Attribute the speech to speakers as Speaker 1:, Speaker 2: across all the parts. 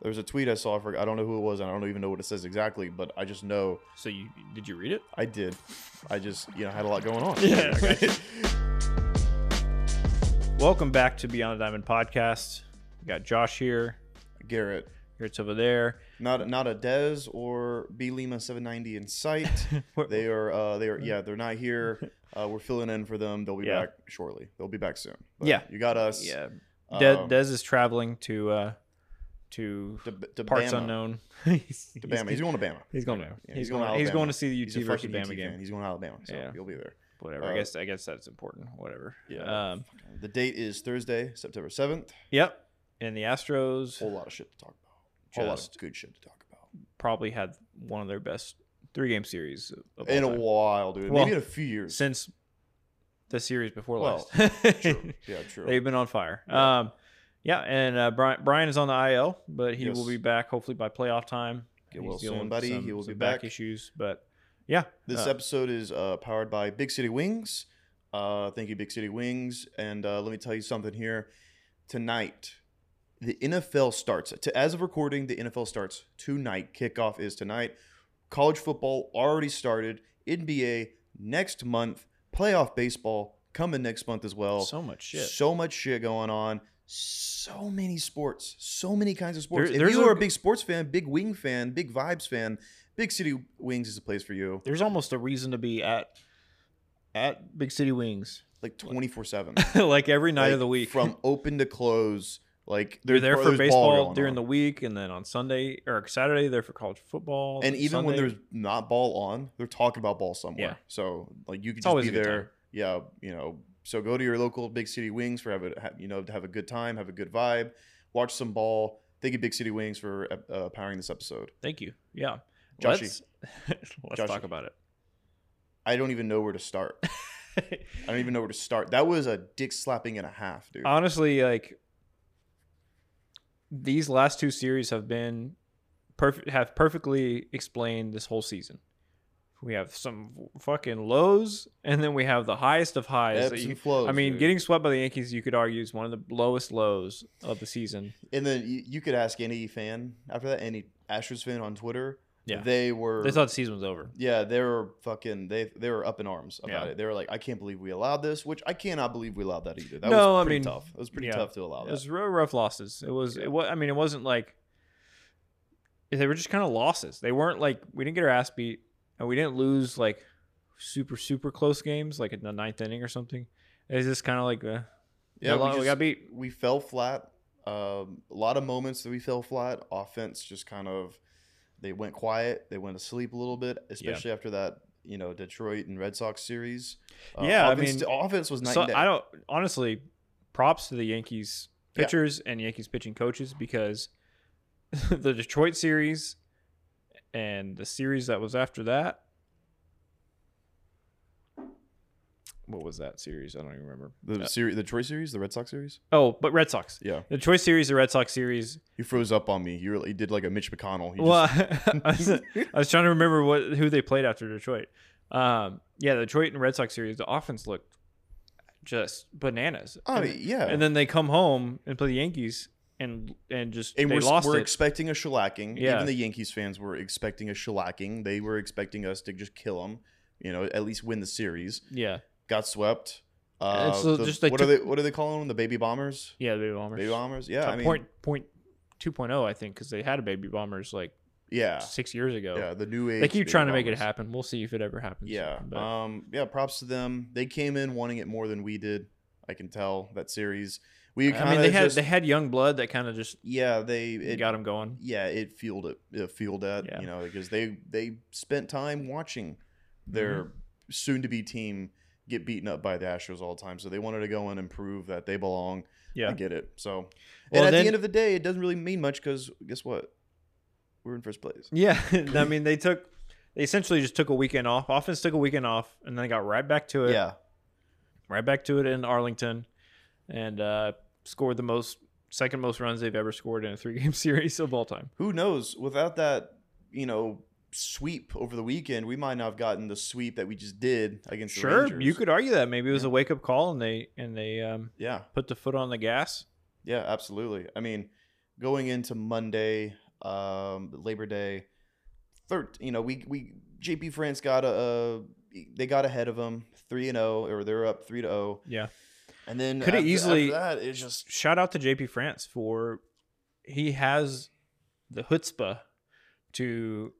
Speaker 1: There was a tweet I saw. I, forgot, I don't know who it was, and I don't even know what it says exactly, but I just know
Speaker 2: So you did you read it?
Speaker 1: I did. I just, you know, had a lot going on.
Speaker 2: Yeah, I Welcome back to Beyond the Diamond podcast. We got Josh here.
Speaker 1: Garrett,
Speaker 2: Garrett's over there.
Speaker 1: not not a Dez or B Lima 790 in sight.
Speaker 2: We're-
Speaker 1: They are, uh, they are, yeah, they're not here. Uh, we're filling in for them. They'll be
Speaker 2: Yeah.
Speaker 1: back shortly. They'll be back soon. But
Speaker 2: Yeah.
Speaker 1: you got us.
Speaker 2: yeah,
Speaker 1: um,
Speaker 2: De- Dez is traveling to uh, to
Speaker 1: to, to
Speaker 2: parts
Speaker 1: Bama.
Speaker 2: unknown. he's,
Speaker 1: To Bama. He's going to Bama.
Speaker 2: he's going to
Speaker 1: Yeah,
Speaker 2: he's, going, to he's
Speaker 1: Alabama.
Speaker 2: going to see the UT
Speaker 1: He's a
Speaker 2: versus
Speaker 1: fucking
Speaker 2: Bama
Speaker 1: UT
Speaker 2: game.
Speaker 1: fan. He's going to Alabama, so
Speaker 2: Yeah.
Speaker 1: he'll be there.
Speaker 2: Whatever.
Speaker 1: Uh,
Speaker 2: I guess I guess that's important. Whatever.
Speaker 1: Yeah.
Speaker 2: Um,
Speaker 1: The date is Thursday, September 7th.
Speaker 2: yep. And the Astros
Speaker 1: Whole lot of shit to talk about. Whole lot
Speaker 2: Just-
Speaker 1: of good shit to talk about.
Speaker 2: probably had one of their best three game series of all
Speaker 1: in a
Speaker 2: time.
Speaker 1: while, dude.
Speaker 2: Well,
Speaker 1: Maybe in a few years.
Speaker 2: since the series before
Speaker 1: Well,
Speaker 2: last.
Speaker 1: True. Yeah, true.
Speaker 2: They've been on fire.
Speaker 1: Yeah.
Speaker 2: Um, yeah, and uh, Brian, Brian is on the IL, but he will
Speaker 1: Yes.
Speaker 2: be back hopefully by playoff time.
Speaker 1: Get
Speaker 2: He's
Speaker 1: well soon,
Speaker 2: dealing with
Speaker 1: buddy. He will be back.
Speaker 2: issues, but yeah,
Speaker 1: This
Speaker 2: uh,
Speaker 1: episode is uh, powered by Big City Wings. Uh, thank you, Big City Wings. And uh, let me tell you something here. Tonight, the NFL starts. To, as of recording, the NFL starts tonight. Kickoff is tonight. College football already started. NBA next month. Playoff baseball coming next month as well.
Speaker 2: so much shit.
Speaker 1: So much shit going on. So many sports. So many kinds of sports.
Speaker 2: There-
Speaker 1: if
Speaker 2: there's
Speaker 1: you
Speaker 2: a-
Speaker 1: are a big sports fan, big wing fan, big vibes fan, Big City Wings is a place for you.
Speaker 2: There's almost a reason to be at at Big City Wings
Speaker 1: Like 24 7.
Speaker 2: like every night of the week.
Speaker 1: From open to close. Like
Speaker 2: they're there for baseball during
Speaker 1: the.
Speaker 2: the week, and then on Sunday or Saturday they're for college football.
Speaker 1: and even when
Speaker 2: Sunday-
Speaker 1: there's not ball on, they're talking about ball somewhere.
Speaker 2: Yeah.
Speaker 1: So like you could
Speaker 2: It's
Speaker 1: just
Speaker 2: always
Speaker 1: be
Speaker 2: a good
Speaker 1: there.
Speaker 2: time.
Speaker 1: Yeah, you know. So go to your local big city wings for have a ha- you know to have a good time, have a good vibe, watch some ball. Thank you, Big City Wings, for uh, uh, powering this episode.
Speaker 2: thank you, yeah.
Speaker 1: Joshy.
Speaker 2: let's let's
Speaker 1: Joshy.
Speaker 2: talk about
Speaker 1: I don't even know where to start.
Speaker 2: it.
Speaker 1: I don't even know where to start. That was a dick slapping and a half, dude.
Speaker 2: honestly like these last two series have been perfect have perfectly explained this whole season we have some fucking lows and then we have the highest of highs that
Speaker 1: Ebbs
Speaker 2: you-
Speaker 1: and flows.
Speaker 2: i mean
Speaker 1: dude.
Speaker 2: getting swept by the yankees you could argue is one of the lowest lows of the season
Speaker 1: and then you, you could ask any fan after that, any Astros fan on Twitter.
Speaker 2: Yeah.
Speaker 1: they were
Speaker 2: they thought the season was over
Speaker 1: Yeah, they were fucking they they were up in arms about
Speaker 2: Yeah.
Speaker 1: it. They were like, I can't believe we allowed this, which I cannot believe we allowed that either. That
Speaker 2: No, I
Speaker 1: was pretty
Speaker 2: mean,
Speaker 1: tough. It was pretty
Speaker 2: yeah.
Speaker 1: tough to allow
Speaker 2: it
Speaker 1: that.
Speaker 2: was real rough losses it was
Speaker 1: Yeah.
Speaker 2: it was i mean it wasn't like they were just kind of losses they weren't like we didn't get our ass beat and we didn't lose like super super close games like in the ninth inning or something it's just kind of like uh,
Speaker 1: yeah, we,
Speaker 2: we,
Speaker 1: just-
Speaker 2: got beat
Speaker 1: we fell flat. Um, a lot of moments that we fell flat. Offense just kind of they went quiet. They went to sleep a little bit, especially after that you know Detroit and Red Sox series. Uh,
Speaker 2: Yeah, I
Speaker 1: offense,
Speaker 2: mean,
Speaker 1: offense was night
Speaker 2: so
Speaker 1: and day.
Speaker 2: i don't honestly props to the yankees
Speaker 1: Yeah.
Speaker 2: pitchers and yankees pitching coaches because the detroit series and the series that was after that what was that series i don't uh, even remember
Speaker 1: the series, the Detroit series, the Red Sox series.
Speaker 2: Oh, but Red Sox.
Speaker 1: Yeah,
Speaker 2: The Detroit series, the Red Sox series.
Speaker 1: you froze up on me. You, really, you did like a Mitch McConnell. You
Speaker 2: Well, I was, I was trying to remember what who they played after Detroit. Um, yeah, the Detroit and Red Sox series. The offense looked just bananas.
Speaker 1: oh
Speaker 2: and,
Speaker 1: yeah.
Speaker 2: and then they come home and play the Yankees and and just
Speaker 1: And
Speaker 2: they
Speaker 1: we're,
Speaker 2: lost
Speaker 1: we're
Speaker 2: it.
Speaker 1: expecting a shellacking.
Speaker 2: Yeah.
Speaker 1: Even the Yankees fans were expecting a shellacking. They were expecting us to just kill them. You know, at least win the series.
Speaker 2: yeah,
Speaker 1: Got swept. Uh,
Speaker 2: And so
Speaker 1: the-
Speaker 2: just they
Speaker 1: what are
Speaker 2: took-
Speaker 1: they? What are they calling them? The baby bombers.
Speaker 2: yeah, the baby bombers.
Speaker 1: Baby bombers. Yeah,
Speaker 2: Uh,
Speaker 1: I mean,
Speaker 2: point point two point oh, I think, because they had a baby bombers like
Speaker 1: yeah,
Speaker 2: six years ago.
Speaker 1: yeah. The new age.
Speaker 2: They keep
Speaker 1: Baby
Speaker 2: trying to make it
Speaker 1: Bombers.
Speaker 2: happen. We'll see if it ever happens.
Speaker 1: Yeah.
Speaker 2: But-
Speaker 1: Um. Yeah. Props to them. They came in wanting it more than we did. I can tell that series. We kind of
Speaker 2: I mean, they had
Speaker 1: just,
Speaker 2: they had young blood that kind of just
Speaker 1: yeah. They
Speaker 2: got 'em
Speaker 1: it,
Speaker 2: got them going.
Speaker 1: yeah, it fueled it. It fueled that,
Speaker 2: Yeah.
Speaker 1: you know, because they they spent time watching their
Speaker 2: Mm-hmm.
Speaker 1: soon-to-be team get beaten up by the Astros all the time. So they wanted to go in and prove that they belong. I
Speaker 2: Yeah.
Speaker 1: get it. So,
Speaker 2: Well,
Speaker 1: and at
Speaker 2: then-
Speaker 1: the end of the day, it doesn't really mean much because guess what? We're in first place.
Speaker 2: Yeah, I mean they took they essentially just took a weekend off. Offense took a weekend off, and then they got right back to it.
Speaker 1: Yeah,
Speaker 2: right back to it in Arlington, and uh, scored the most second most runs they've ever scored in a three game series of all time.
Speaker 1: who knows? Without that, you know, sweep over the weekend, we might not have gotten the sweep that we just did against. the
Speaker 2: Sure,
Speaker 1: Rangers.
Speaker 2: you could argue that maybe it was a wake up call, and they and they um,
Speaker 1: Yeah,
Speaker 2: put the foot on the gas.
Speaker 1: yeah, absolutely. I mean, going into Monday, um, Labor Day. Third, you know, we we JP France got a, a they got ahead of them three and zero, or they're up three to oh. zero,
Speaker 2: Yeah.
Speaker 1: and then
Speaker 2: Coulda
Speaker 1: after-
Speaker 2: easily-
Speaker 1: after that it's just
Speaker 2: Shout out to JP France for he has the chutzpah to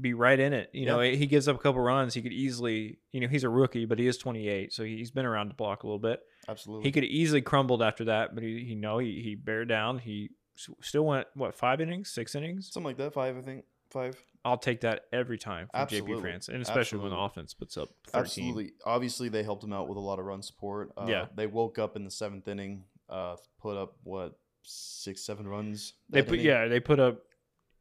Speaker 2: be right in it. You know, he gives up a couple runs. He could easily, you know, he's a rookie, but he is 28, so he's been around the block a little bit.
Speaker 1: absolutely
Speaker 2: He could have easily crumbled after that, but he, he no, he, he bared down. He s- still went what five innings, six innings.
Speaker 1: something like that five I think five
Speaker 2: I'll take that every time from
Speaker 1: Absolutely.
Speaker 2: JP France, and especially when the
Speaker 1: Absolutely.
Speaker 2: offense puts up 13.
Speaker 1: Absolutely. Obviously, they helped him out with a lot of run support. Uh,
Speaker 2: Yeah.
Speaker 1: They woke up in the seventh inning, uh, put up what six, seven runs.
Speaker 2: They
Speaker 1: that
Speaker 2: put
Speaker 1: inning?
Speaker 2: yeah, they put up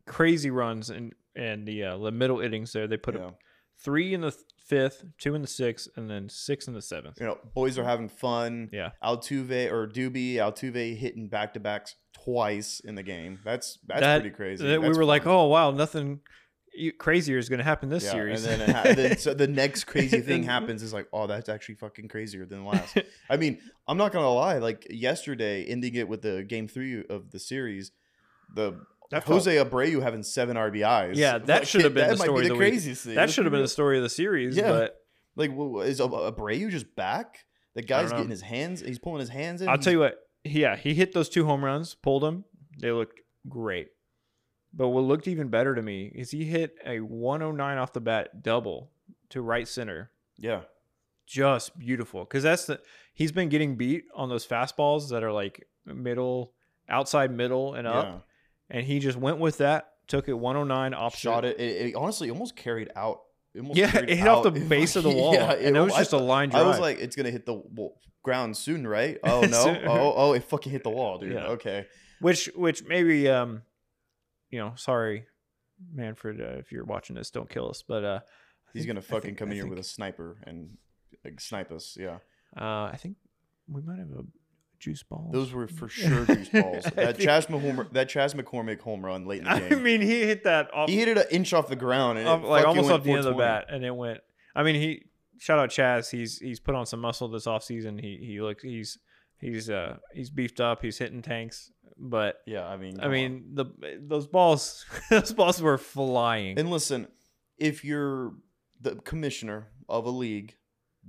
Speaker 2: crazy runs and and the uh, the middle innings there. They put
Speaker 1: Yeah.
Speaker 2: up three in the th- fifth, two in the sixth, and then six in the seventh.
Speaker 1: You know, boys are having fun.
Speaker 2: Yeah,
Speaker 1: Altuve or Doobie, Altuve hitting back to backs twice in the game. That's that's
Speaker 2: That-
Speaker 1: pretty crazy.
Speaker 2: That we were
Speaker 1: That's
Speaker 2: like,
Speaker 1: fun.
Speaker 2: oh wow, nothing e- crazier is going to happen this
Speaker 1: Yeah,
Speaker 2: series.
Speaker 1: And then, it ha- then so the next crazy thing
Speaker 2: Then-
Speaker 1: happens is like, oh, that's actually fucking crazier than last. I mean, I'm not gonna lie. Like yesterday, ending it with the game three of the series, the
Speaker 2: That felt-
Speaker 1: Jose Abreu having seven RBIs.
Speaker 2: Yeah, that
Speaker 1: Like,
Speaker 2: should have been
Speaker 1: that
Speaker 2: the
Speaker 1: might
Speaker 2: story
Speaker 1: be
Speaker 2: of
Speaker 1: the
Speaker 2: the week.
Speaker 1: craziest thing.
Speaker 2: that
Speaker 1: Let's
Speaker 2: should have
Speaker 1: be
Speaker 2: been the story of the series.
Speaker 1: Yeah.
Speaker 2: but
Speaker 1: real. like, wha- wha- is Ab- Abreu just back? The guy's
Speaker 2: know.
Speaker 1: getting his hands. He's pulling his hands in.
Speaker 2: I'll tell you what. Yeah, he hit those two home runs, pulled them. They looked great. But what looked even better to me is he hit a 109 off the bat double to right center.
Speaker 1: Yeah,
Speaker 2: Just beautiful. Cause that's the, he's been getting beat on those fastballs that are like middle, outside middle and up.
Speaker 1: yeah.
Speaker 2: And he just went with that, took it 109 off
Speaker 1: Shot it. it. it honestly almost carried out. It almost
Speaker 2: Yeah,
Speaker 1: carried
Speaker 2: it hit off the
Speaker 1: out.
Speaker 2: base of the wall.
Speaker 1: Yeah,
Speaker 2: and it was
Speaker 1: I
Speaker 2: just a line
Speaker 1: I
Speaker 2: drive.
Speaker 1: was like, it's gonna hit the w- ground soon, right? Oh no!
Speaker 2: Soon.
Speaker 1: oh oh, it fucking hit the wall, dude.
Speaker 2: Yeah.
Speaker 1: Okay,
Speaker 2: which which maybe um you know sorry manfred uh, if you're watching this don't kill us but uh I
Speaker 1: he's
Speaker 2: think-
Speaker 1: gonna
Speaker 2: I
Speaker 1: fucking
Speaker 2: think-
Speaker 1: come
Speaker 2: I
Speaker 1: in here with a
Speaker 2: think,
Speaker 1: sniper and like, snipe us. Yeah,
Speaker 2: uh i think we might have a juice ball
Speaker 1: those were for sure juice balls.
Speaker 2: I
Speaker 1: That
Speaker 2: think-
Speaker 1: Chas Mahomer, that Chas McCormick home run late in the
Speaker 2: i
Speaker 1: game.
Speaker 2: mean he hit that off,
Speaker 1: he hit it an inch off the ground and it
Speaker 2: off- like
Speaker 1: fucking
Speaker 2: almost
Speaker 1: went
Speaker 2: off the end of the
Speaker 1: 420.
Speaker 2: bat and it went i mean he shout out chaz he's he's put on some muscle this offseason he he looks he's he's uh he's beefed up he's hitting tanks but
Speaker 1: Yeah, I mean,
Speaker 2: i
Speaker 1: come on.
Speaker 2: mean the those balls those balls were flying
Speaker 1: and listen, if you're the commissioner of a league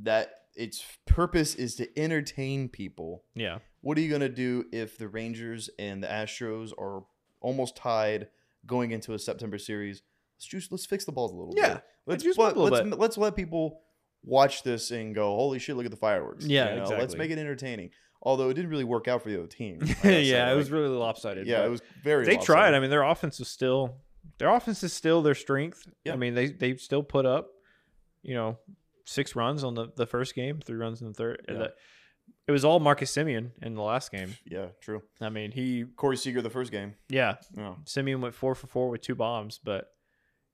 Speaker 1: that its purpose is to entertain people,
Speaker 2: yeah
Speaker 1: what are you gonna do if the Rangers and the Astros are almost tied going into a September series? Let's juice, let's fix the balls a little
Speaker 2: Yeah,
Speaker 1: bit. Let's
Speaker 2: juice them up a little
Speaker 1: let's,
Speaker 2: bit.
Speaker 1: let's let people watch this and go, holy shit, look at the fireworks.
Speaker 2: Yeah,
Speaker 1: Let's
Speaker 2: exactly.
Speaker 1: make it entertaining. Although it didn't really work out for the other team. I
Speaker 2: yeah,
Speaker 1: gotta say,
Speaker 2: it was
Speaker 1: like,
Speaker 2: really lopsided.
Speaker 1: yeah,
Speaker 2: but
Speaker 1: it was very.
Speaker 2: They tried.
Speaker 1: lopsided.
Speaker 2: I mean, their offense was still their offense is still their strength.
Speaker 1: Yeah.
Speaker 2: I mean, they they still put up, you know, six runs on the the first game, three runs in the third.
Speaker 1: Yeah.
Speaker 2: the- it was all Marcus Simeon in the last game.
Speaker 1: yeah, true.
Speaker 2: I mean, he
Speaker 1: Corey Seager the first game. Oh.
Speaker 2: yeah,
Speaker 1: No,
Speaker 2: Simeon went four for four with two bombs, but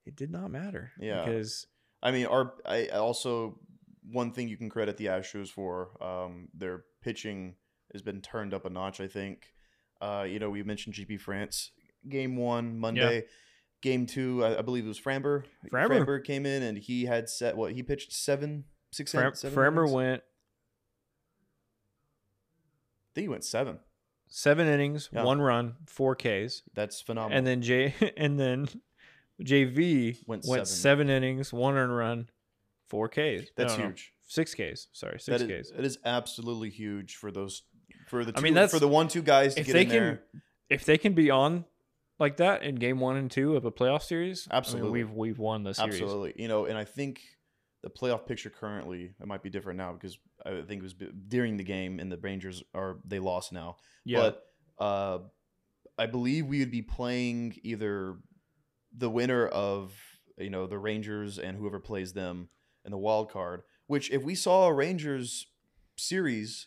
Speaker 2: it did not matter.
Speaker 1: Yeah.
Speaker 2: because
Speaker 1: I mean, our I I also one thing you can credit the Astros for, um, their pitching has been turned up a notch. I think, uh, you know, we mentioned GP France game one Monday, game two. I, I believe it was Framber.
Speaker 2: Framber.
Speaker 1: came in and he had set what he pitched seven, six,
Speaker 2: Fram-
Speaker 1: seven
Speaker 2: Framber
Speaker 1: innings?
Speaker 2: went
Speaker 1: I think he went seven.
Speaker 2: seven innings,
Speaker 1: Yeah.
Speaker 2: one run, four Ks.
Speaker 1: That's phenomenal.
Speaker 2: and then J and then JV
Speaker 1: Went seven.
Speaker 2: went, seven. innings, one earned run, four Ks.
Speaker 1: that's
Speaker 2: No, no,
Speaker 1: huge.
Speaker 2: Six Ks. Sorry, six
Speaker 1: That is,
Speaker 2: Ks.
Speaker 1: that is absolutely huge for those for the two,
Speaker 2: I mean, that's-
Speaker 1: for the one two guys to
Speaker 2: If
Speaker 1: get
Speaker 2: they
Speaker 1: in there.
Speaker 2: can, if they can be on like that in game one and two of a playoff series, I mean,
Speaker 1: Absolutely.
Speaker 2: we've we've won the series.
Speaker 1: Absolutely. You know, and I think the playoff picture currently it might be different now because I think it was b- during the game and the Rangers are they lost now.
Speaker 2: Yeah,
Speaker 1: But uh, I believe we would be playing either the winner of you know the Rangers and whoever plays them in the wild card. Which if we saw a Rangers series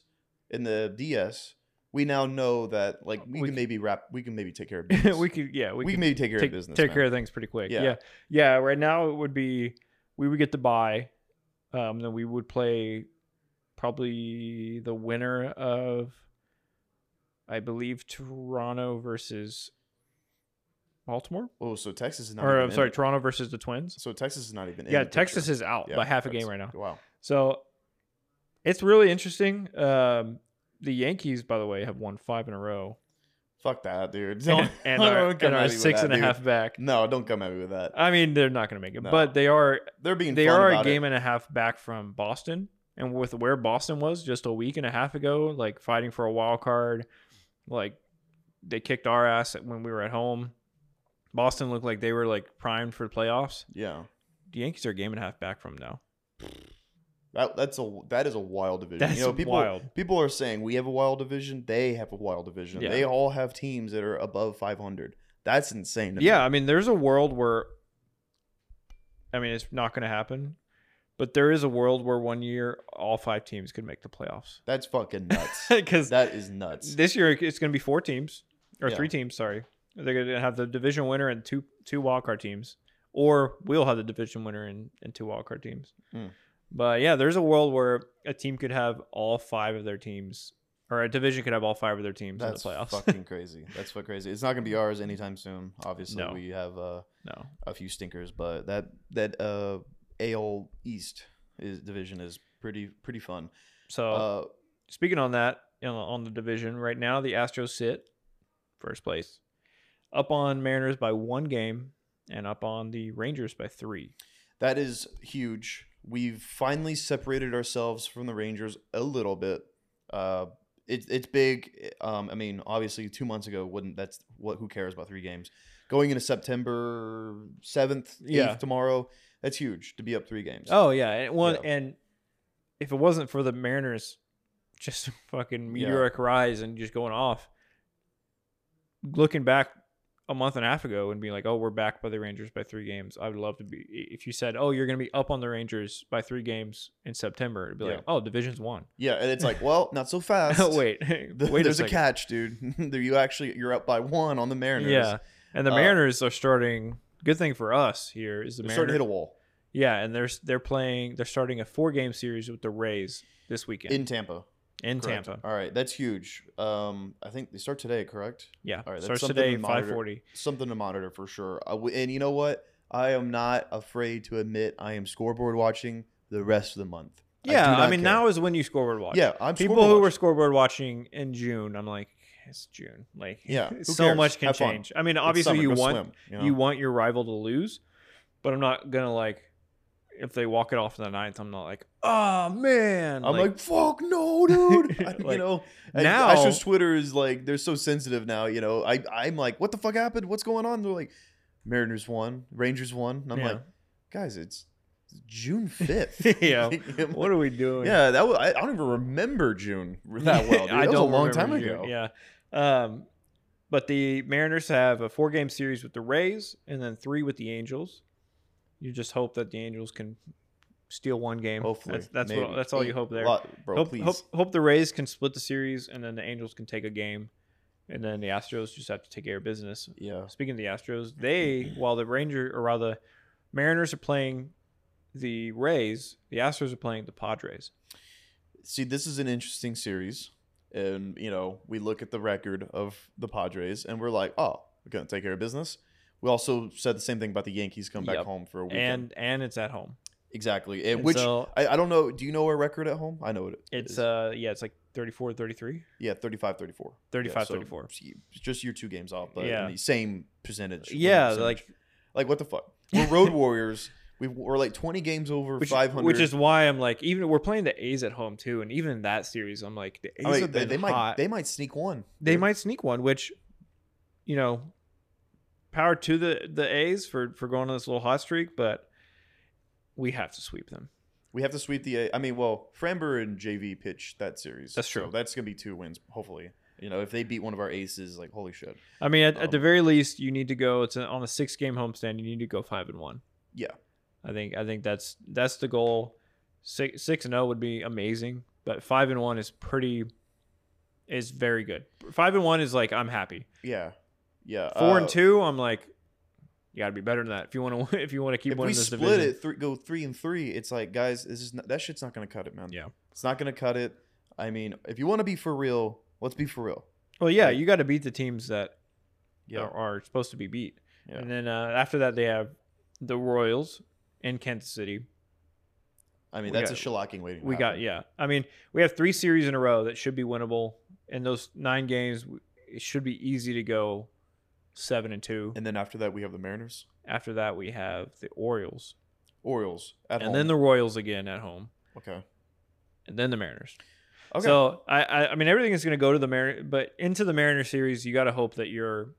Speaker 1: in the DS, we now know that like we,
Speaker 2: We
Speaker 1: can
Speaker 2: c-
Speaker 1: maybe wrap we can maybe take care of business.
Speaker 2: we could. Yeah,
Speaker 1: we,
Speaker 2: we,
Speaker 1: can
Speaker 2: could
Speaker 1: maybe take care
Speaker 2: take,
Speaker 1: of business.
Speaker 2: take
Speaker 1: man.
Speaker 2: care of things pretty quick.
Speaker 1: Yeah.
Speaker 2: Yeah. yeah, Right now it would be we would get the bye, um, then we would play probably the winner of, I believe, Toronto versus Baltimore.
Speaker 1: Oh, so Texas is not.
Speaker 2: or
Speaker 1: even
Speaker 2: I'm
Speaker 1: in
Speaker 2: sorry,
Speaker 1: it.
Speaker 2: Toronto versus the Twins.
Speaker 1: So Texas is not even. in
Speaker 2: Yeah,
Speaker 1: the
Speaker 2: Texas
Speaker 1: picture.
Speaker 2: is out
Speaker 1: Yeah,
Speaker 2: by half a
Speaker 1: that's-
Speaker 2: game right now.
Speaker 1: Wow.
Speaker 2: So it's really interesting. Um, the Yankees, by the way, have won five in a row.
Speaker 1: Fuck that, dude.
Speaker 2: and,
Speaker 1: Don't,
Speaker 2: and
Speaker 1: don't come
Speaker 2: our, and
Speaker 1: at
Speaker 2: our
Speaker 1: me with
Speaker 2: six
Speaker 1: that,
Speaker 2: and a
Speaker 1: dude.
Speaker 2: half back.
Speaker 1: No, don't come at me with that.
Speaker 2: I mean, they're not going to make it,
Speaker 1: No.
Speaker 2: but they are.
Speaker 1: They're being
Speaker 2: They
Speaker 1: fun
Speaker 2: are a
Speaker 1: about it.
Speaker 2: game and a half back from Boston, and with where Boston was just a week and a half ago, like fighting for a wild card, like they kicked our ass when we were at home. Boston looked like they were like primed for the playoffs.
Speaker 1: Yeah,
Speaker 2: The Yankees are a game and a half back from now.
Speaker 1: that, that's a that is a wild division.
Speaker 2: That's
Speaker 1: you know, people
Speaker 2: wild.
Speaker 1: people are saying we have a wild division. They have a wild division.
Speaker 2: Yeah.
Speaker 1: They all have teams that are above 500. That's insane. To me.
Speaker 2: Yeah, I mean, there's a world where, I mean, it's not going to happen, but there is a world where one year all five teams could make the playoffs
Speaker 1: that's fucking nuts.
Speaker 2: because
Speaker 1: that is nuts.
Speaker 2: this year it's going to be four teams or
Speaker 1: Yeah.
Speaker 2: three teams. Sorry, they're going to have the division winner and two two wildcard teams, or we'll have the division winner and, and two wildcard teams.
Speaker 1: Mm.
Speaker 2: But yeah, there's a world where a team could have all five of their teams, or a division could have all five of their teams
Speaker 1: That's
Speaker 2: in the playoffs.
Speaker 1: fucking crazy. That's what crazy. It's not gonna be ours anytime soon. Obviously,
Speaker 2: No.
Speaker 1: we have uh,
Speaker 2: no,
Speaker 1: a few stinkers, but that that uh, AL East is division is pretty pretty fun.
Speaker 2: so
Speaker 1: Uh,
Speaker 2: speaking on that you know, on the division right now the astros sit first place up on mariners by one game and up on the rangers by three
Speaker 1: that is huge. We've finally separated ourselves from the Rangers a little bit. Uh, it, it's big. Um, I mean, obviously, two months ago, wouldn't that's what? Who cares about three games? Going into September seventh,
Speaker 2: Yeah.
Speaker 1: tomorrow. That's huge to be up three games.
Speaker 2: oh yeah and one
Speaker 1: Yeah.
Speaker 2: and if it wasn't for the mariners just fucking
Speaker 1: Yeah.
Speaker 2: meteoric rise and just going off looking back a month and a half ago and being like oh we're back by the rangers by three games i would love to be if you said oh you're gonna be up on the rangers by three games in september it'd be
Speaker 1: Yeah.
Speaker 2: like oh division's won
Speaker 1: Yeah, and it's like, well, not so fast.
Speaker 2: wait
Speaker 1: The-
Speaker 2: wait
Speaker 1: there's a,
Speaker 2: second.
Speaker 1: catch, dude. There- you actually you're up by one on the Mariners.
Speaker 2: Yeah, and the
Speaker 1: Uh,
Speaker 2: Mariners are starting. Good thing for us here is the
Speaker 1: they're starting to
Speaker 2: Mariners.
Speaker 1: hit a wall
Speaker 2: yeah, and they're s- they're playing. They're starting a four game series with the Rays this weekend in,
Speaker 1: in Tampa. correct?
Speaker 2: Tampa.
Speaker 1: All right, that's huge. Um, I think they start today, correct?
Speaker 2: Yeah,
Speaker 1: All right, that's
Speaker 2: starts
Speaker 1: something
Speaker 2: today
Speaker 1: to monitor.
Speaker 2: five forty.
Speaker 1: Something to monitor for sure. I w- and you know what? I am not afraid to admit I am scoreboard watching the rest of the month. I
Speaker 2: Yeah,
Speaker 1: do
Speaker 2: I,
Speaker 1: not
Speaker 2: mean
Speaker 1: care.
Speaker 2: now is when you scoreboard watch.
Speaker 1: yeah, I'm
Speaker 2: people
Speaker 1: scoreboard
Speaker 2: who were
Speaker 1: watching.
Speaker 2: scoreboard watching in June, I'm like, it's June. Like,
Speaker 1: Yeah, who
Speaker 2: so
Speaker 1: cares?
Speaker 2: much can
Speaker 1: Have fun.
Speaker 2: change. I mean,
Speaker 1: It's
Speaker 2: obviously
Speaker 1: summer,
Speaker 2: you
Speaker 1: go
Speaker 2: want
Speaker 1: swim, you, know?
Speaker 2: you want your rival to lose, but I'm not gonna like if they walk it off in the ninth. I'm not like, oh man.
Speaker 1: I'm like, fuck no, dude. I- you
Speaker 2: Like,
Speaker 1: know, and
Speaker 2: now-
Speaker 1: Astros Twitter is like they're so sensitive now. You know, I I'm like, what the fuck happened? What's going on? They're like, Mariners won, Rangers won. And I'm
Speaker 2: Yeah.
Speaker 1: like, guys, it's June fifth.
Speaker 2: Yeah.
Speaker 1: Like,
Speaker 2: what are we doing?
Speaker 1: yeah, that was. I I don't even remember June that well. Dude. That
Speaker 2: I
Speaker 1: was
Speaker 2: don't
Speaker 1: a long
Speaker 2: remember
Speaker 1: time
Speaker 2: you-
Speaker 1: ago.
Speaker 2: Yeah. Um, but the Mariners have a four game series with the Rays and then three with the Angels. You just hope that the Angels can steal one game.
Speaker 1: Hopefully,
Speaker 2: that's, that's
Speaker 1: maybe.
Speaker 2: what that's all you hope there.
Speaker 1: Lot- bro.
Speaker 2: hope,
Speaker 1: please,
Speaker 2: hope hope the Rays can split the series and then the Angels can take a game, and then the Astros just have to take care of business.
Speaker 1: yeah,
Speaker 2: Speaking of the Astros, they while the Ranger or while the Mariners are playing the Rays, the Astros are playing the Padres.
Speaker 1: see this is an interesting series and you know we look at the record of the padres and we're like oh we're going to take care of business we also said the same thing about the yankees come back
Speaker 2: Yep.
Speaker 1: home for a weekend
Speaker 2: And and it's at home.
Speaker 1: exactly and,
Speaker 2: And
Speaker 1: which
Speaker 2: so-
Speaker 1: I, I don't know do you know our record at home i know it
Speaker 2: It's
Speaker 1: is.
Speaker 2: uh yeah, it's like 34 33.
Speaker 1: yeah 35 34 yeah,
Speaker 2: 35,
Speaker 1: so
Speaker 2: 34.
Speaker 1: it's just your two games off but
Speaker 2: Yeah.
Speaker 1: in the same percentage winning
Speaker 2: Yeah,
Speaker 1: percentage.
Speaker 2: like
Speaker 1: like what the fuck we're road warriors we we're like 20 games over
Speaker 2: which,
Speaker 1: 500
Speaker 2: which is why I'm like even we're playing the A's at home too and even in that series I'm like the A's
Speaker 1: I mean,
Speaker 2: have
Speaker 1: Oh, they,
Speaker 2: been
Speaker 1: they might
Speaker 2: hot.
Speaker 1: they might sneak one
Speaker 2: They
Speaker 1: dude.
Speaker 2: might sneak one which you know power to the the A's for for going on this little hot streak but we have to sweep them.
Speaker 1: We have to sweep the. I mean, well, Framber and JV pitch that series.
Speaker 2: That's
Speaker 1: so
Speaker 2: true.
Speaker 1: that's gonna be two wins, hopefully. You know, if they beat one of our aces, like holy shit.
Speaker 2: I mean at, at the
Speaker 1: Um,
Speaker 2: very least you need to go it's a, on a 6 game homestand you need to go 5 and 1.
Speaker 1: Yeah.
Speaker 2: I think I think that's that's the goal. Six six and zero would be amazing, but five and one is pretty is very good. Five and one is like I'm happy.
Speaker 1: Yeah, yeah.
Speaker 2: Four and
Speaker 1: uh,
Speaker 2: two, I'm like you got to be better than that if you want to if you want to keep
Speaker 1: If we
Speaker 2: winning this
Speaker 1: split
Speaker 2: division.
Speaker 1: it, three, go three and three. It's like, guys, this is not, that shit's not gonna cut it, man.
Speaker 2: Yeah.
Speaker 1: it's not gonna cut it. I mean, if you want to be for real, let's be for real.
Speaker 2: Well, yeah,
Speaker 1: Like-
Speaker 2: you got to beat the teams that
Speaker 1: Yeah.
Speaker 2: are, are supposed to be beat,
Speaker 1: Yeah.
Speaker 2: and then uh, after that they have the Royals in Kansas City.
Speaker 1: I mean,
Speaker 2: We
Speaker 1: that's
Speaker 2: got-
Speaker 1: a shellacking waiting. to
Speaker 2: We got
Speaker 1: happen.
Speaker 2: yeah. I mean, we have three series in a row that should be winnable. In those nine games, it should be easy to go seven and two.
Speaker 1: And then after that, we have the Mariners,
Speaker 2: After that, we have the Orioles,
Speaker 1: Orioles at
Speaker 2: and
Speaker 1: home.
Speaker 2: then the Royals again at home,
Speaker 1: okay.
Speaker 2: and then the Mariners.
Speaker 1: Okay.
Speaker 2: So I, I, I mean, everything is going to go to the Mariner, but into the Mariner series, you got to hope that you're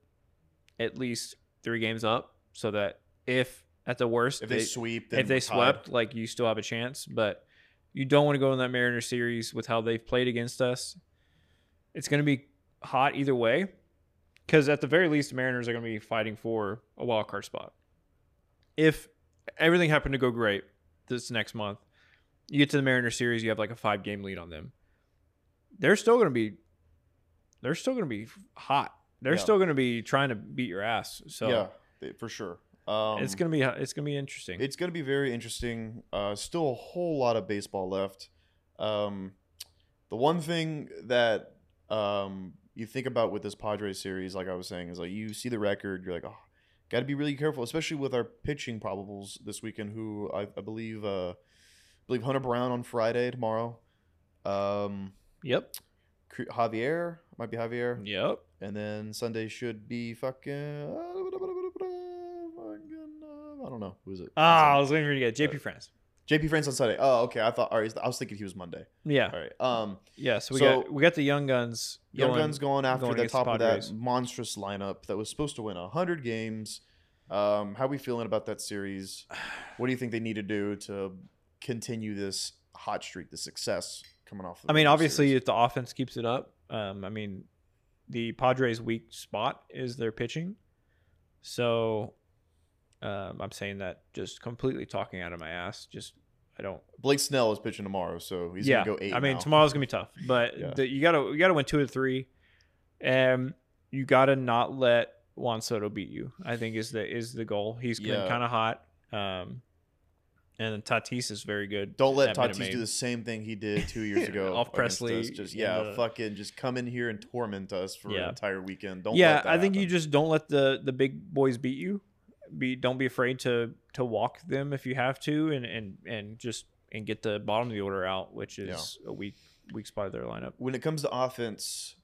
Speaker 2: at least three games up, so that if at the worst
Speaker 1: if they, sweep, then
Speaker 2: if they
Speaker 1: we're tied.
Speaker 2: swept, like you still have a chance, but you don't want to go in that Mariner series with how they've played against us. It's going to be hot either way, because at the very least, the Mariners are going to be fighting for a wild card spot. If everything happened to go great this next month, you get to the Mariner series, you have like a five game lead on them. They're still going to be, they're still going to be hot. They're
Speaker 1: Yeah.
Speaker 2: still going to be trying to beat your ass. So
Speaker 1: yeah, they- for sure. Um,
Speaker 2: it's going to be it's going to be interesting.
Speaker 1: It's going to be very interesting. Uh, still a whole lot of baseball left. Um, the one thing that um, you think about with this Padres series, like I was saying, is like you see the record, you're like, oh, got to be really careful, especially with our pitching probables this weekend. Who I, I believe, uh, I believe Hunter Brown on Friday tomorrow. Um,
Speaker 2: yep.
Speaker 1: Cr- Javier might be Javier,
Speaker 2: Yep.
Speaker 1: and then Sunday should be fucking. uh, I don't know who's it.
Speaker 2: Ah, I was waiting for you to get it.
Speaker 1: Uh,
Speaker 2: JP France.
Speaker 1: JP France on Sunday. Oh, okay. I thought. All right. I was thinking he was Monday.
Speaker 2: Yeah,
Speaker 1: All right. Um,
Speaker 2: yeah. So we
Speaker 1: So-
Speaker 2: got we got the young guns.
Speaker 1: Young
Speaker 2: going.
Speaker 1: Guns going after
Speaker 2: going
Speaker 1: the
Speaker 2: against
Speaker 1: top
Speaker 2: the
Speaker 1: of that
Speaker 2: Padres.
Speaker 1: monstrous lineup that was supposed to win hundred games. Um, how we feeling about that series? What do you think they need to do to continue this hot streak, the success coming off? the
Speaker 2: I mean,
Speaker 1: World
Speaker 2: obviously,
Speaker 1: Series?
Speaker 2: if the offense keeps it up, um, I mean, the Padres' weak spot is their pitching. So, um, I'm saying that just completely talking out of my ass. Just I don't.
Speaker 1: Blake Snell is pitching tomorrow, so he's
Speaker 2: yeah,
Speaker 1: gonna go eight.
Speaker 2: I mean,
Speaker 1: now.
Speaker 2: tomorrow's gonna be tough, but
Speaker 1: Yeah.
Speaker 2: the, you gotta you gotta win two or three, and you gotta not let Juan Soto beat you. I think is the is the goal. He's
Speaker 1: Yeah.
Speaker 2: been kind of hot, um, and Tatis is very good.
Speaker 1: Don't let
Speaker 2: at Minute
Speaker 1: Tatis
Speaker 2: Maid.
Speaker 1: do the same thing he did two years ago
Speaker 2: Off
Speaker 1: against
Speaker 2: Presley
Speaker 1: us. Just
Speaker 2: and
Speaker 1: yeah,
Speaker 2: the-
Speaker 1: fucking just come in here and torment us for an
Speaker 2: Yeah.
Speaker 1: entire weekend. Don't.
Speaker 2: yeah,
Speaker 1: let that
Speaker 2: I think you
Speaker 1: happen.
Speaker 2: just don't let the the big boys beat you. Be don't be afraid to to walk them if you have to, and and and just and get the bottom of the order out, which is a weak weak spot of their lineup.
Speaker 1: when it comes to offense,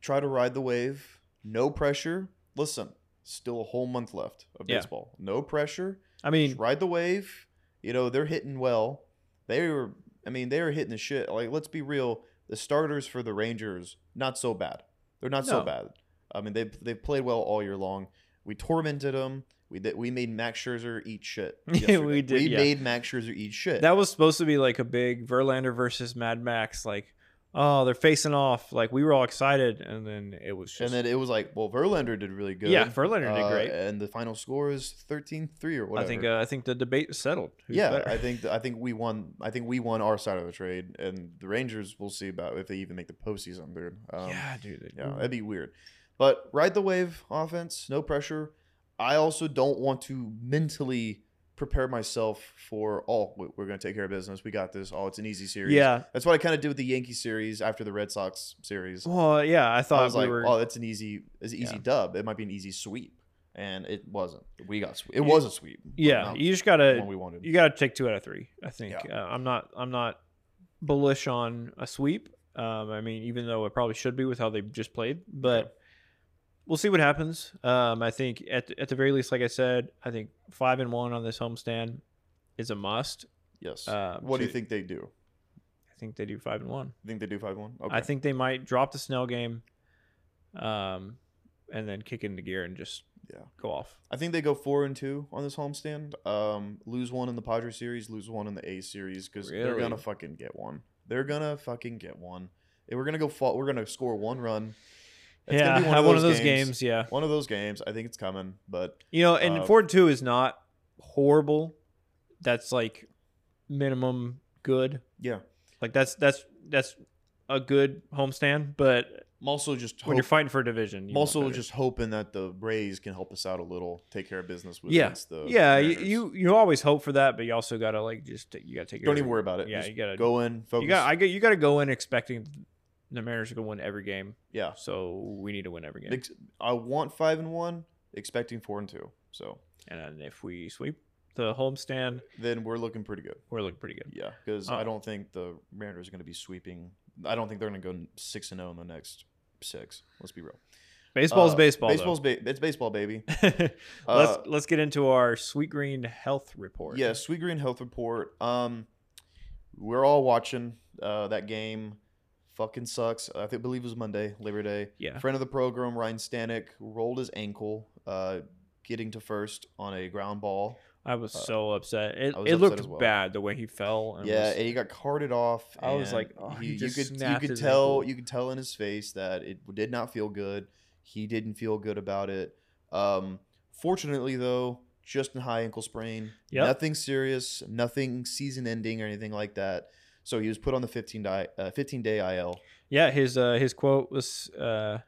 Speaker 1: try to ride the wave. No pressure. Listen, still a whole month left of
Speaker 2: Yeah.
Speaker 1: baseball. No pressure.
Speaker 2: I
Speaker 1: Just
Speaker 2: mean,
Speaker 1: ride the wave. You know they're hitting well. They were. I mean, they were hitting the shit. Like, let's be real. The starters for the Rangers not so bad. They're not so
Speaker 2: No.
Speaker 1: bad. I mean, they they've played well all year long. We tormented them. We did, we made Max Scherzer eat shit.
Speaker 2: We
Speaker 1: yesterday.
Speaker 2: did,
Speaker 1: We
Speaker 2: yeah.
Speaker 1: made Max Scherzer eat shit.
Speaker 2: that was supposed to be like a big Verlander versus Mad Max, like oh they're facing off, like we were all excited, and then it was just
Speaker 1: and then it was like, well, Verlander did really good.
Speaker 2: yeah, Verlander
Speaker 1: Uh,
Speaker 2: did great.
Speaker 1: And the final score is 13-3 or whatever.
Speaker 2: I think uh, I think the debate is settled. Who's
Speaker 1: yeah,
Speaker 2: better?
Speaker 1: I think I think we won. I think we won our side of the trade, and the Rangers. We'll see about if they even make the postseason, dude. Um,
Speaker 2: yeah, dude.
Speaker 1: yeah, that'd be weird. But ride the wave offense, no pressure. I also don't want to mentally prepare myself for oh we- we're gonna take care of business. We got this. Oh, it's an easy series.
Speaker 2: yeah.
Speaker 1: that's what I kind of did with the Yankee series after the Red Sox series.
Speaker 2: Well, yeah, I thought
Speaker 1: I was
Speaker 2: we
Speaker 1: like,
Speaker 2: were.
Speaker 1: oh, that's an easy, it's an easy
Speaker 2: Yeah.
Speaker 1: dub. It might be an easy sweep, and it wasn't. We got swe- it
Speaker 2: You-
Speaker 1: was a sweep. but
Speaker 2: yeah,
Speaker 1: not
Speaker 2: you just
Speaker 1: the
Speaker 2: gotta
Speaker 1: one we wanted.
Speaker 2: you got to take two out of three. I think uh, I'm not I'm not bullish on a sweep. Um, I mean, even though it probably should be with how they just played, but we'll see what happens. Um, I think at at the very least, like I said, I think five and one on this homestand is a must.
Speaker 1: yes.
Speaker 2: Um,
Speaker 1: what do you
Speaker 2: to-
Speaker 1: think they do? You
Speaker 2: I think they do five and one.
Speaker 1: think they do five one? Okay.
Speaker 2: I think they might drop the Snell game, um, and then kick into gear and just
Speaker 1: Yeah.
Speaker 2: go off.
Speaker 1: I think they go four and two on this homestand. Um, lose one in the Padres series, lose one in the A series because they're
Speaker 2: Really?
Speaker 1: gonna fucking get one. They're gonna fucking get one. And We're gonna go. Fall, we're gonna score one run. It's
Speaker 2: yeah,
Speaker 1: gonna be
Speaker 2: have one of those games. Yeah,
Speaker 1: One of those games. I think it's coming, but
Speaker 2: You know, and
Speaker 1: Uh,
Speaker 2: four two is not horrible. That's like minimum good.
Speaker 1: yeah.
Speaker 2: Like that's that's that's a good homestand. But
Speaker 1: I'm also just
Speaker 2: when
Speaker 1: hope-
Speaker 2: you're fighting for a division, you
Speaker 1: I'm also
Speaker 2: want better.
Speaker 1: just hoping that the Rays can help us out a little, take care of business with
Speaker 2: Yeah.
Speaker 1: against the
Speaker 2: yeah. You,
Speaker 1: Mariners.
Speaker 2: you you always hope for that, but you also gotta like just you gotta take.
Speaker 1: don't
Speaker 2: your-
Speaker 1: even worry about it.
Speaker 2: Yeah,
Speaker 1: Just
Speaker 2: you gotta
Speaker 1: go in, focus.
Speaker 2: You got I get you gotta go in expecting the Mariners are gonna win every game,
Speaker 1: yeah,
Speaker 2: so we need to win every game.
Speaker 1: Ex- I want five and one, expecting four and two. So
Speaker 2: and if we sweep the homestand,
Speaker 1: then we're looking pretty good.
Speaker 2: we're looking pretty good.
Speaker 1: Yeah, because
Speaker 2: Uh,
Speaker 1: I don't think the Mariners are going to be sweeping. I don't think they're going to go six and zero in the next six. Let's be real.
Speaker 2: Baseball's
Speaker 1: Uh,
Speaker 2: baseball.
Speaker 1: Baseball's
Speaker 2: Baseball's.
Speaker 1: ba- it's baseball, baby.
Speaker 2: let's
Speaker 1: Uh,
Speaker 2: let's get into our sweet green health report.
Speaker 1: Yeah, Sweet Green Health Report. Um, we're all watching uh, that game. Fucking sucks. I think- believe it was Monday, Labor Day.
Speaker 2: Yeah.
Speaker 1: Friend of the program, Ryan Stanek, rolled his ankle uh, getting to first on a ground ball.
Speaker 2: I was
Speaker 1: Uh,
Speaker 2: so upset. It,
Speaker 1: I was
Speaker 2: it
Speaker 1: upset
Speaker 2: looked
Speaker 1: as well.
Speaker 2: bad the way he fell. And
Speaker 1: yeah,
Speaker 2: was-
Speaker 1: and he got carted off.
Speaker 2: I was
Speaker 1: and
Speaker 2: like, oh, he
Speaker 1: you-
Speaker 2: just
Speaker 1: you could you
Speaker 2: snapped
Speaker 1: could
Speaker 2: his
Speaker 1: tell
Speaker 2: ankle.
Speaker 1: you could tell in his face that it did not feel good. He didn't feel good about it. Um, fortunately, though, just a high ankle sprain.
Speaker 2: Yep.
Speaker 1: Nothing serious. Nothing season ending or anything like that. So he was put on the 15 di- uh, 15 day IL.
Speaker 2: yeah. His uh, his quote was, uh,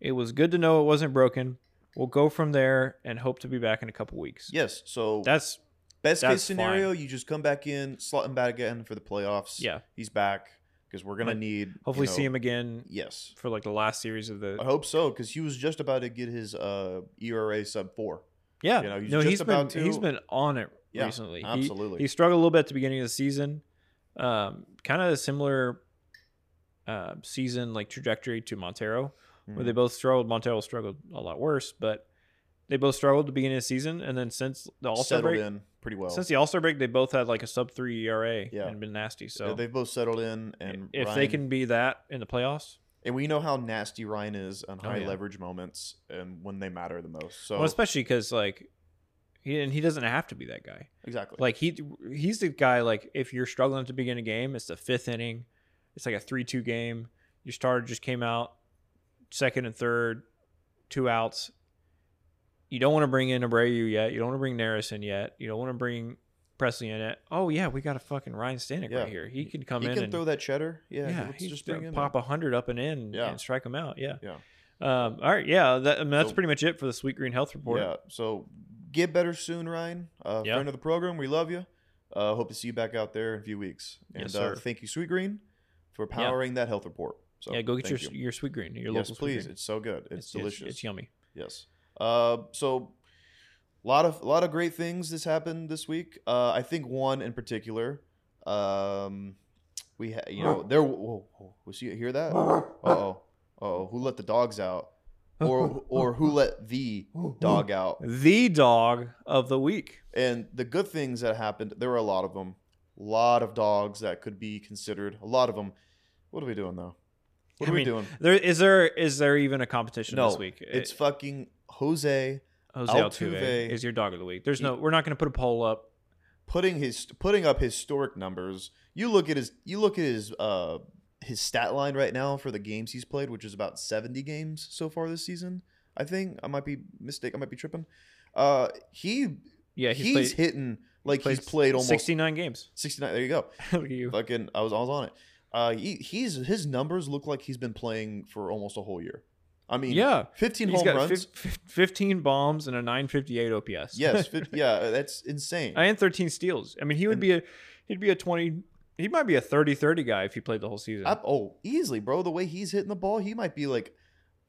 Speaker 2: "It was good to know it wasn't broken. We'll go from there and hope to be back in a couple weeks."
Speaker 1: Yes. So
Speaker 2: That's
Speaker 1: best
Speaker 2: that's
Speaker 1: case scenario, you just come back in, slot him back in for the playoffs.
Speaker 2: yeah.
Speaker 1: He's back because we're gonna
Speaker 2: Might-
Speaker 1: need you
Speaker 2: Hopefully, see
Speaker 1: know-
Speaker 2: him again
Speaker 1: Yes.
Speaker 2: for like the last series of the.
Speaker 1: I hope so because he was just about to get his uh, ERA sub four.
Speaker 2: yeah.
Speaker 1: you know, he's
Speaker 2: no,
Speaker 1: just
Speaker 2: he's
Speaker 1: about
Speaker 2: been he's
Speaker 1: to-
Speaker 2: been on it
Speaker 1: Yeah,
Speaker 2: recently. He-
Speaker 1: absolutely.
Speaker 2: He struggled a little bit at the beginning of the season. Um, kind of similar uh, season like trajectory to Montero.
Speaker 1: Mm-hmm.
Speaker 2: where they both struggled. Montero struggled a lot worse, but they both struggled at the beginning of the season. And then since the All Star
Speaker 1: settled
Speaker 2: break,
Speaker 1: in pretty well.
Speaker 2: since the All Star break, they both had like a sub three ERA
Speaker 1: Yeah.
Speaker 2: and been nasty.
Speaker 1: Yeah,
Speaker 2: So
Speaker 1: they've both settled in, and
Speaker 2: if
Speaker 1: Ryan,
Speaker 2: they can be that in the playoffs,
Speaker 1: and we know how nasty Ryan is on
Speaker 2: Oh,
Speaker 1: high
Speaker 2: yeah.
Speaker 1: leverage moments and when they matter the most. So
Speaker 2: well, especially because like he and he doesn't have to be that guy.
Speaker 1: exactly,
Speaker 2: Like he he's the guy. Like if you're struggling to begin a game, it's the fifth inning. It's like a three two game. Your starter just came out, second and third, two outs. You don't want to bring in Abreu yet. You don't want to bring Naris in yet. You don't want to bring Presley in it. Oh yeah, we got a fucking Ryan Stanek
Speaker 1: Yeah.
Speaker 2: right here. He can come
Speaker 1: he
Speaker 2: in
Speaker 1: can
Speaker 2: and
Speaker 1: throw that cheddar. Yeah,
Speaker 2: yeah,
Speaker 1: let's
Speaker 2: he
Speaker 1: just
Speaker 2: can
Speaker 1: bring him
Speaker 2: pop
Speaker 1: in.
Speaker 2: a hundred up and in
Speaker 1: Yeah.
Speaker 2: and strike him out. Yeah.
Speaker 1: Yeah.
Speaker 2: Um, all right. Yeah. That, I mean, that's
Speaker 1: So-
Speaker 2: pretty much it for the Sweet Green Health Report.
Speaker 1: Yeah, so get better soon, Ryan. Uh,
Speaker 2: Yeah.
Speaker 1: Friend of the program, we love you. Uh, hope to see you back out there in a few weeks. And
Speaker 2: Yes,
Speaker 1: uh,
Speaker 2: sir.
Speaker 1: thank you, Sweet Green, for powering that health report. So
Speaker 2: yeah. Go get your
Speaker 1: thank you.
Speaker 2: your Sweet Green.
Speaker 1: yes,
Speaker 2: Your local Sweet
Speaker 1: please.
Speaker 2: Green.
Speaker 1: It's so good. It's, delicious.
Speaker 2: It's, yummy.
Speaker 1: Yes. Uh, so a lot of lot of great things this happened this week. Uh, I think one in particular. Um, we ha- you know there. Whoa, whoa, was you hear that? Uh oh. Oh, who let the dogs out? Or or who let the dog out?
Speaker 2: the dog of the week.
Speaker 1: And the good things that happened, there were a lot of them. A lot of dogs that could be considered. A lot of them. What are we doing though? What
Speaker 2: I
Speaker 1: are we
Speaker 2: mean,
Speaker 1: doing?
Speaker 2: There is there is there even a competition
Speaker 1: No,
Speaker 2: this week?
Speaker 1: It's
Speaker 2: It-
Speaker 1: fucking Jose
Speaker 2: Jose
Speaker 1: Altuve
Speaker 2: Altuve, is your dog of the week. There's no we're not going to put a poll up.
Speaker 1: putting his putting up historic numbers. You look at his you look at his uh his stat line right now for the games he's played, which is about 70 games so far this season. I think I might be mistake. I might be tripping. Uh, he
Speaker 2: Yeah,
Speaker 1: he's
Speaker 2: he's, played,
Speaker 1: hitting like he's
Speaker 2: s-
Speaker 1: played almost
Speaker 2: 69 games.
Speaker 1: 69. There you go.
Speaker 2: Look at you.
Speaker 1: Fucking, I was I was on it. Uh, he, he's his numbers look like he's been playing for almost a whole year. I mean,
Speaker 2: yeah,
Speaker 1: 15
Speaker 2: he's
Speaker 1: home
Speaker 2: got
Speaker 1: runs.
Speaker 2: fif- fif- 15 bombs and a 958 OPS.
Speaker 1: yes, fif- yeah, that's insane.
Speaker 2: and 13 steals. I mean, he would
Speaker 1: And-
Speaker 2: be a he'd be a 20. He might be a 30-30 guy if he played the whole season.
Speaker 1: I, oh, easily, bro. The way he's hitting the ball, he might be like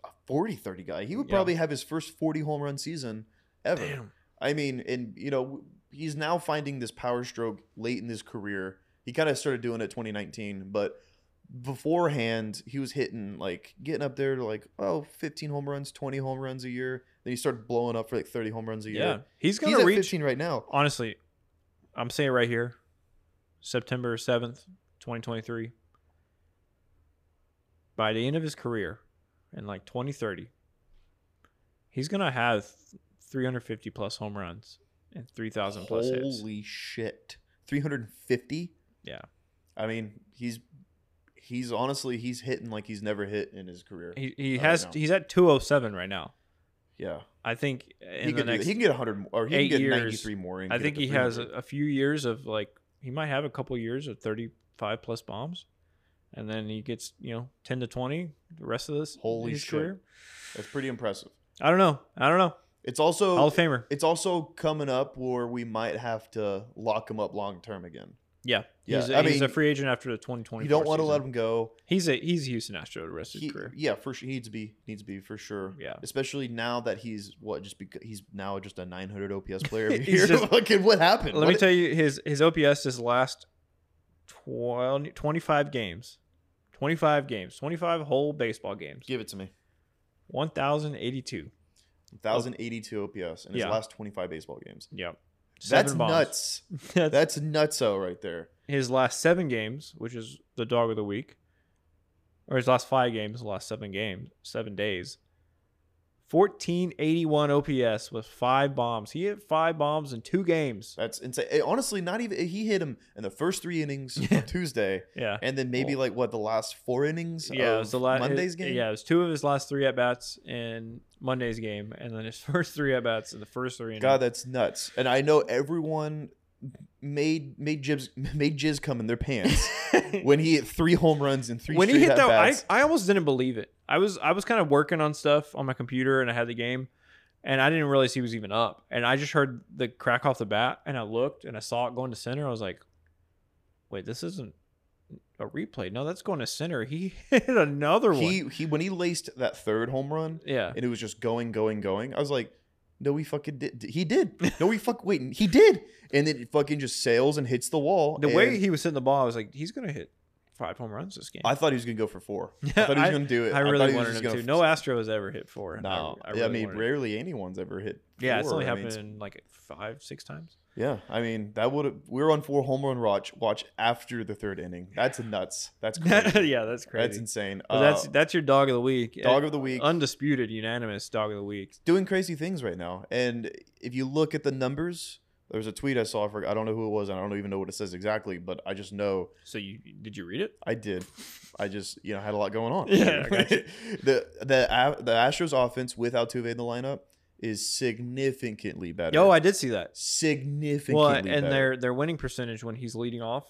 Speaker 1: a 40 30 guy. He would
Speaker 2: Yeah.
Speaker 1: probably have his first 40 home run season ever.
Speaker 2: Damn.
Speaker 1: I mean, and, you know, he's now finding this power stroke late in his career. He kind of started doing it 2019, but beforehand, he was hitting like getting up there to like, oh, 15 home runs, 20 home runs a year. Then he started blowing up for like 30 home runs a
Speaker 2: Yeah,
Speaker 1: year.
Speaker 2: he's
Speaker 1: He's,
Speaker 2: going
Speaker 1: at
Speaker 2: to reach
Speaker 1: 15 right now.
Speaker 2: honestly, I'm saying right here, September 7th, 2023. By the end of his career, in like 2030, he's going to have 350 plus home runs and 3,000 plus hits.
Speaker 1: Holy shit. 350?
Speaker 2: Yeah.
Speaker 1: I mean, he's he's honestly he's hitting like he's never hit in his career.
Speaker 2: He, he
Speaker 1: I
Speaker 2: has
Speaker 1: know.
Speaker 2: he's at 207 right now.
Speaker 1: yeah.
Speaker 2: I think in
Speaker 1: He
Speaker 2: the
Speaker 1: could, do,
Speaker 2: next
Speaker 1: he can get 100 or he
Speaker 2: eight
Speaker 1: can get
Speaker 2: years,
Speaker 1: 93 more. and
Speaker 2: I
Speaker 1: get
Speaker 2: think
Speaker 1: up to
Speaker 2: he has a,
Speaker 1: 300.
Speaker 2: a few years of like he might have a couple years of 35 plus bombs and then he gets, you know, 10 to 20 the rest of this
Speaker 1: Holy
Speaker 2: his
Speaker 1: shit.
Speaker 2: career.
Speaker 1: That's pretty impressive.
Speaker 2: I don't know. I don't know.
Speaker 1: It's also
Speaker 2: Hall of Famer.
Speaker 1: it's also coming up where we might have to lock him up long term again.
Speaker 2: Yeah.
Speaker 1: Yeah,
Speaker 2: He's, a,
Speaker 1: I
Speaker 2: he's a
Speaker 1: mean,
Speaker 2: free agent after the 2020.
Speaker 1: You don't want to let him go.
Speaker 2: He's a he's a Houston Astro the rest of
Speaker 1: He,
Speaker 2: his career.
Speaker 1: yeah, for sure he needs to be needs to be for sure.
Speaker 2: Yeah.
Speaker 1: Especially now that he's what just because he's now just a 900 OPS player every
Speaker 2: He's
Speaker 1: year.
Speaker 2: just-
Speaker 1: Fucking what happened?
Speaker 2: Let
Speaker 1: What
Speaker 2: me
Speaker 1: did-
Speaker 2: tell you his his OPS his last 12, 25 games 25 games, 25 whole baseball games.
Speaker 1: Give it to me.
Speaker 2: 1,082.
Speaker 1: 1,082 OPS in his
Speaker 2: Oh. Yeah.
Speaker 1: last 25 baseball games.
Speaker 2: Yep.
Speaker 1: That's
Speaker 2: Seven bombs.
Speaker 1: nuts.
Speaker 2: That's
Speaker 1: That's nutso right there.
Speaker 2: his last seven games, which is the dog of the week, or his last five games, the last seven games, seven days. 1481 OPS with five bombs. He hit five bombs in two games.
Speaker 1: That's insane. Eh, Honestly, not even he hit him in the first three innings
Speaker 2: Yeah.
Speaker 1: of Tuesday,
Speaker 2: Yeah.
Speaker 1: and then maybe
Speaker 2: Well-
Speaker 1: like what the last four innings.
Speaker 2: Yeah,
Speaker 1: of
Speaker 2: it was the last
Speaker 1: Monday's game.
Speaker 2: Yeah, it was two of his last three at bats in Monday's game, and then his first three at bats in the first three. innings.
Speaker 1: God, that's nuts. And I know everyone made made jibs made jizz come in their pants when he hit three home runs in three
Speaker 2: when he
Speaker 1: straight
Speaker 2: hit that, I,
Speaker 1: at-bats.
Speaker 2: I almost didn't believe it. I was I was kind of working on stuff on my computer and I had the game, and I didn't realize he was even up. And I just heard the crack off the bat, and I looked and I saw it going to center. I was like, wait, this isn't a replay. No, that's going to center. He hit another one.
Speaker 1: he he when he laced that third home run
Speaker 2: Yeah,
Speaker 1: and it was just going going going. I was like, no, he fucking did. He did. No, he fuck wait, he did. And then it fucking just sails and hits the wall.
Speaker 2: the way
Speaker 1: and
Speaker 2: he was hitting the ball, I was like, he's gonna hit five home runs this game.
Speaker 1: I thought he was gonna go for four. I
Speaker 2: Yeah,
Speaker 1: thought he was
Speaker 2: I-
Speaker 1: gonna do it.
Speaker 2: I
Speaker 1: thought
Speaker 2: really
Speaker 1: he was
Speaker 2: wanted
Speaker 1: just
Speaker 2: him
Speaker 1: gonna
Speaker 2: to. No Astro has ever hit four. and
Speaker 1: No,
Speaker 2: I, I,
Speaker 1: I,
Speaker 2: really
Speaker 1: mean,
Speaker 2: wanted it.
Speaker 1: rarely anyone's ever hit.
Speaker 2: Yeah, it's
Speaker 1: four.
Speaker 2: only
Speaker 1: I mean,
Speaker 2: happened
Speaker 1: it's-
Speaker 2: in like five, six times.
Speaker 1: yeah, I mean that would we were on four home run watch watch after the third inning. That's nuts. That's crazy.
Speaker 2: yeah, that's crazy.
Speaker 1: That's insane.
Speaker 2: But
Speaker 1: Uh,
Speaker 2: that's that's your dog of the week.
Speaker 1: dog of the week
Speaker 2: undisputed, unanimous dog of the week.
Speaker 1: doing crazy things right now. And if you look at the numbers, there was a tweet I saw. I forgot. I don't know who it was. And I don't even know what it says exactly, but I just know
Speaker 2: So you did you read it?
Speaker 1: I did. I just you know had a lot going on.
Speaker 2: Yeah, I got
Speaker 1: the the A- the Astros offense with Altuve in the lineup is significantly better.
Speaker 2: Yo, I did see that.
Speaker 1: significantly
Speaker 2: Well, and
Speaker 1: better.
Speaker 2: their their winning percentage when he's leading off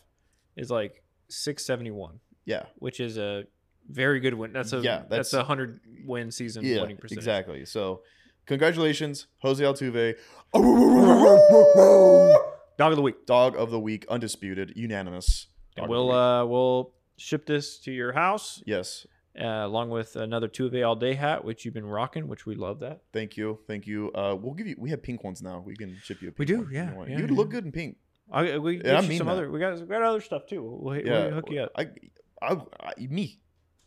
Speaker 2: is like six seventy one,
Speaker 1: yeah
Speaker 2: which is a very good win. That's a
Speaker 1: Yeah,
Speaker 2: that's,
Speaker 1: that's-
Speaker 2: a hundred win season
Speaker 1: yeah
Speaker 2: winning percentage.
Speaker 1: exactly. So congratulations, Jose Altuve,
Speaker 2: Dog of the week.
Speaker 1: dog of the week, undisputed, unanimous. Dog
Speaker 2: And
Speaker 1: of the
Speaker 2: we'll
Speaker 1: week.
Speaker 2: uh we'll ship this to your house
Speaker 1: yes,
Speaker 2: uh, along with another two of a all day hat which you've been rocking, which we love that.
Speaker 1: thank you, thank you. Uh, we'll give you. We have pink ones now. We can ship you. a pink
Speaker 2: We do,
Speaker 1: one if
Speaker 2: yeah,
Speaker 1: You, want.
Speaker 2: yeah,
Speaker 1: you would
Speaker 2: yeah.
Speaker 1: look good in pink.
Speaker 2: I, we
Speaker 1: Yeah, I
Speaker 2: got you
Speaker 1: mean
Speaker 2: some
Speaker 1: that.
Speaker 2: other we got we got other stuff too. We'll, we'll,
Speaker 1: Yeah,
Speaker 2: we'll hook you up.
Speaker 1: I, I, I me.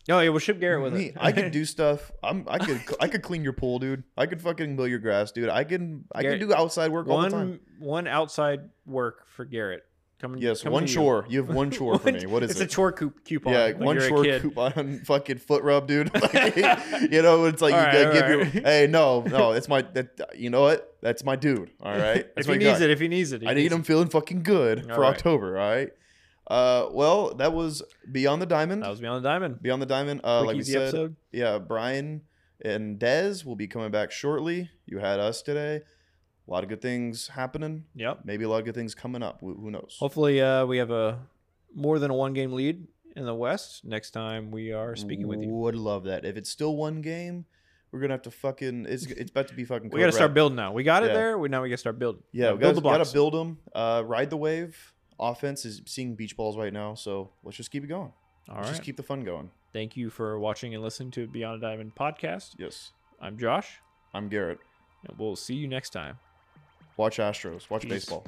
Speaker 2: No, yeah, we'll ship Garrett with
Speaker 1: Me,
Speaker 2: it.
Speaker 1: I could do stuff. I'm. I could. I could clean your pool, dude. I could fucking mow your grass, dude. I can. I can
Speaker 2: Garrett,
Speaker 1: do outside work all the time.
Speaker 2: one one outside work for Garrett. Coming,
Speaker 1: Yes,
Speaker 2: coming
Speaker 1: one
Speaker 2: to you.
Speaker 1: chore. You. have one chore for
Speaker 2: One-
Speaker 1: me. What is
Speaker 2: it's
Speaker 1: it?
Speaker 2: a chore coup- coupon.
Speaker 1: yeah,
Speaker 2: like
Speaker 1: one
Speaker 2: you're a
Speaker 1: chore
Speaker 2: kid.
Speaker 1: coupon, fucking foot rub, dude. you know, it's like
Speaker 2: All
Speaker 1: you
Speaker 2: right,
Speaker 1: gotta
Speaker 2: all
Speaker 1: give your.
Speaker 2: right.
Speaker 1: Hey, no, no, that's my. That you know what? That's my dude. All right.
Speaker 2: if
Speaker 1: That's
Speaker 2: he
Speaker 1: my
Speaker 2: needs
Speaker 1: guy.
Speaker 2: it, if he needs it, he
Speaker 1: I need
Speaker 2: needs
Speaker 1: him feeling fucking good
Speaker 2: All
Speaker 1: for
Speaker 2: right.
Speaker 1: October. All right. Uh, well, that was beyond the
Speaker 2: it.
Speaker 1: diamond.
Speaker 2: That was Beyond the Diamond.
Speaker 1: beyond the diamond. Uh,
Speaker 2: Quick,
Speaker 1: like we
Speaker 2: easy
Speaker 1: said,
Speaker 2: episode.
Speaker 1: yeah, Brian and Dez will be coming back shortly. You had us today. A lot of good things happening.
Speaker 2: Yep.
Speaker 1: Maybe a lot of good things coming up. Who who knows?
Speaker 2: Hopefully, uh, we have a more than a one game lead in the West next time we are speaking with you.
Speaker 1: Would love that. If it's still one game, we're gonna have to fucking. It's, it's about to be fucking.
Speaker 2: We got to
Speaker 1: code
Speaker 2: start
Speaker 1: red.
Speaker 2: building now. We got it
Speaker 1: Yeah.
Speaker 2: there. We now we got to start building.
Speaker 1: Yeah, we
Speaker 2: build
Speaker 1: gotta,
Speaker 2: the
Speaker 1: gotta
Speaker 2: blocks.
Speaker 1: build them. Uh, ride the wave. Offense is seeing beach balls right now, so let's just keep it going.
Speaker 2: All
Speaker 1: let's
Speaker 2: right.
Speaker 1: just keep the fun going.
Speaker 2: Thank you for watching and listening to Beyond the Diamond podcast.
Speaker 1: Yes,
Speaker 2: I'm Josh,
Speaker 1: I'm Garrett.
Speaker 2: and we'll see you next time.
Speaker 1: Watch Astros. Watch
Speaker 2: Peace.
Speaker 1: baseball.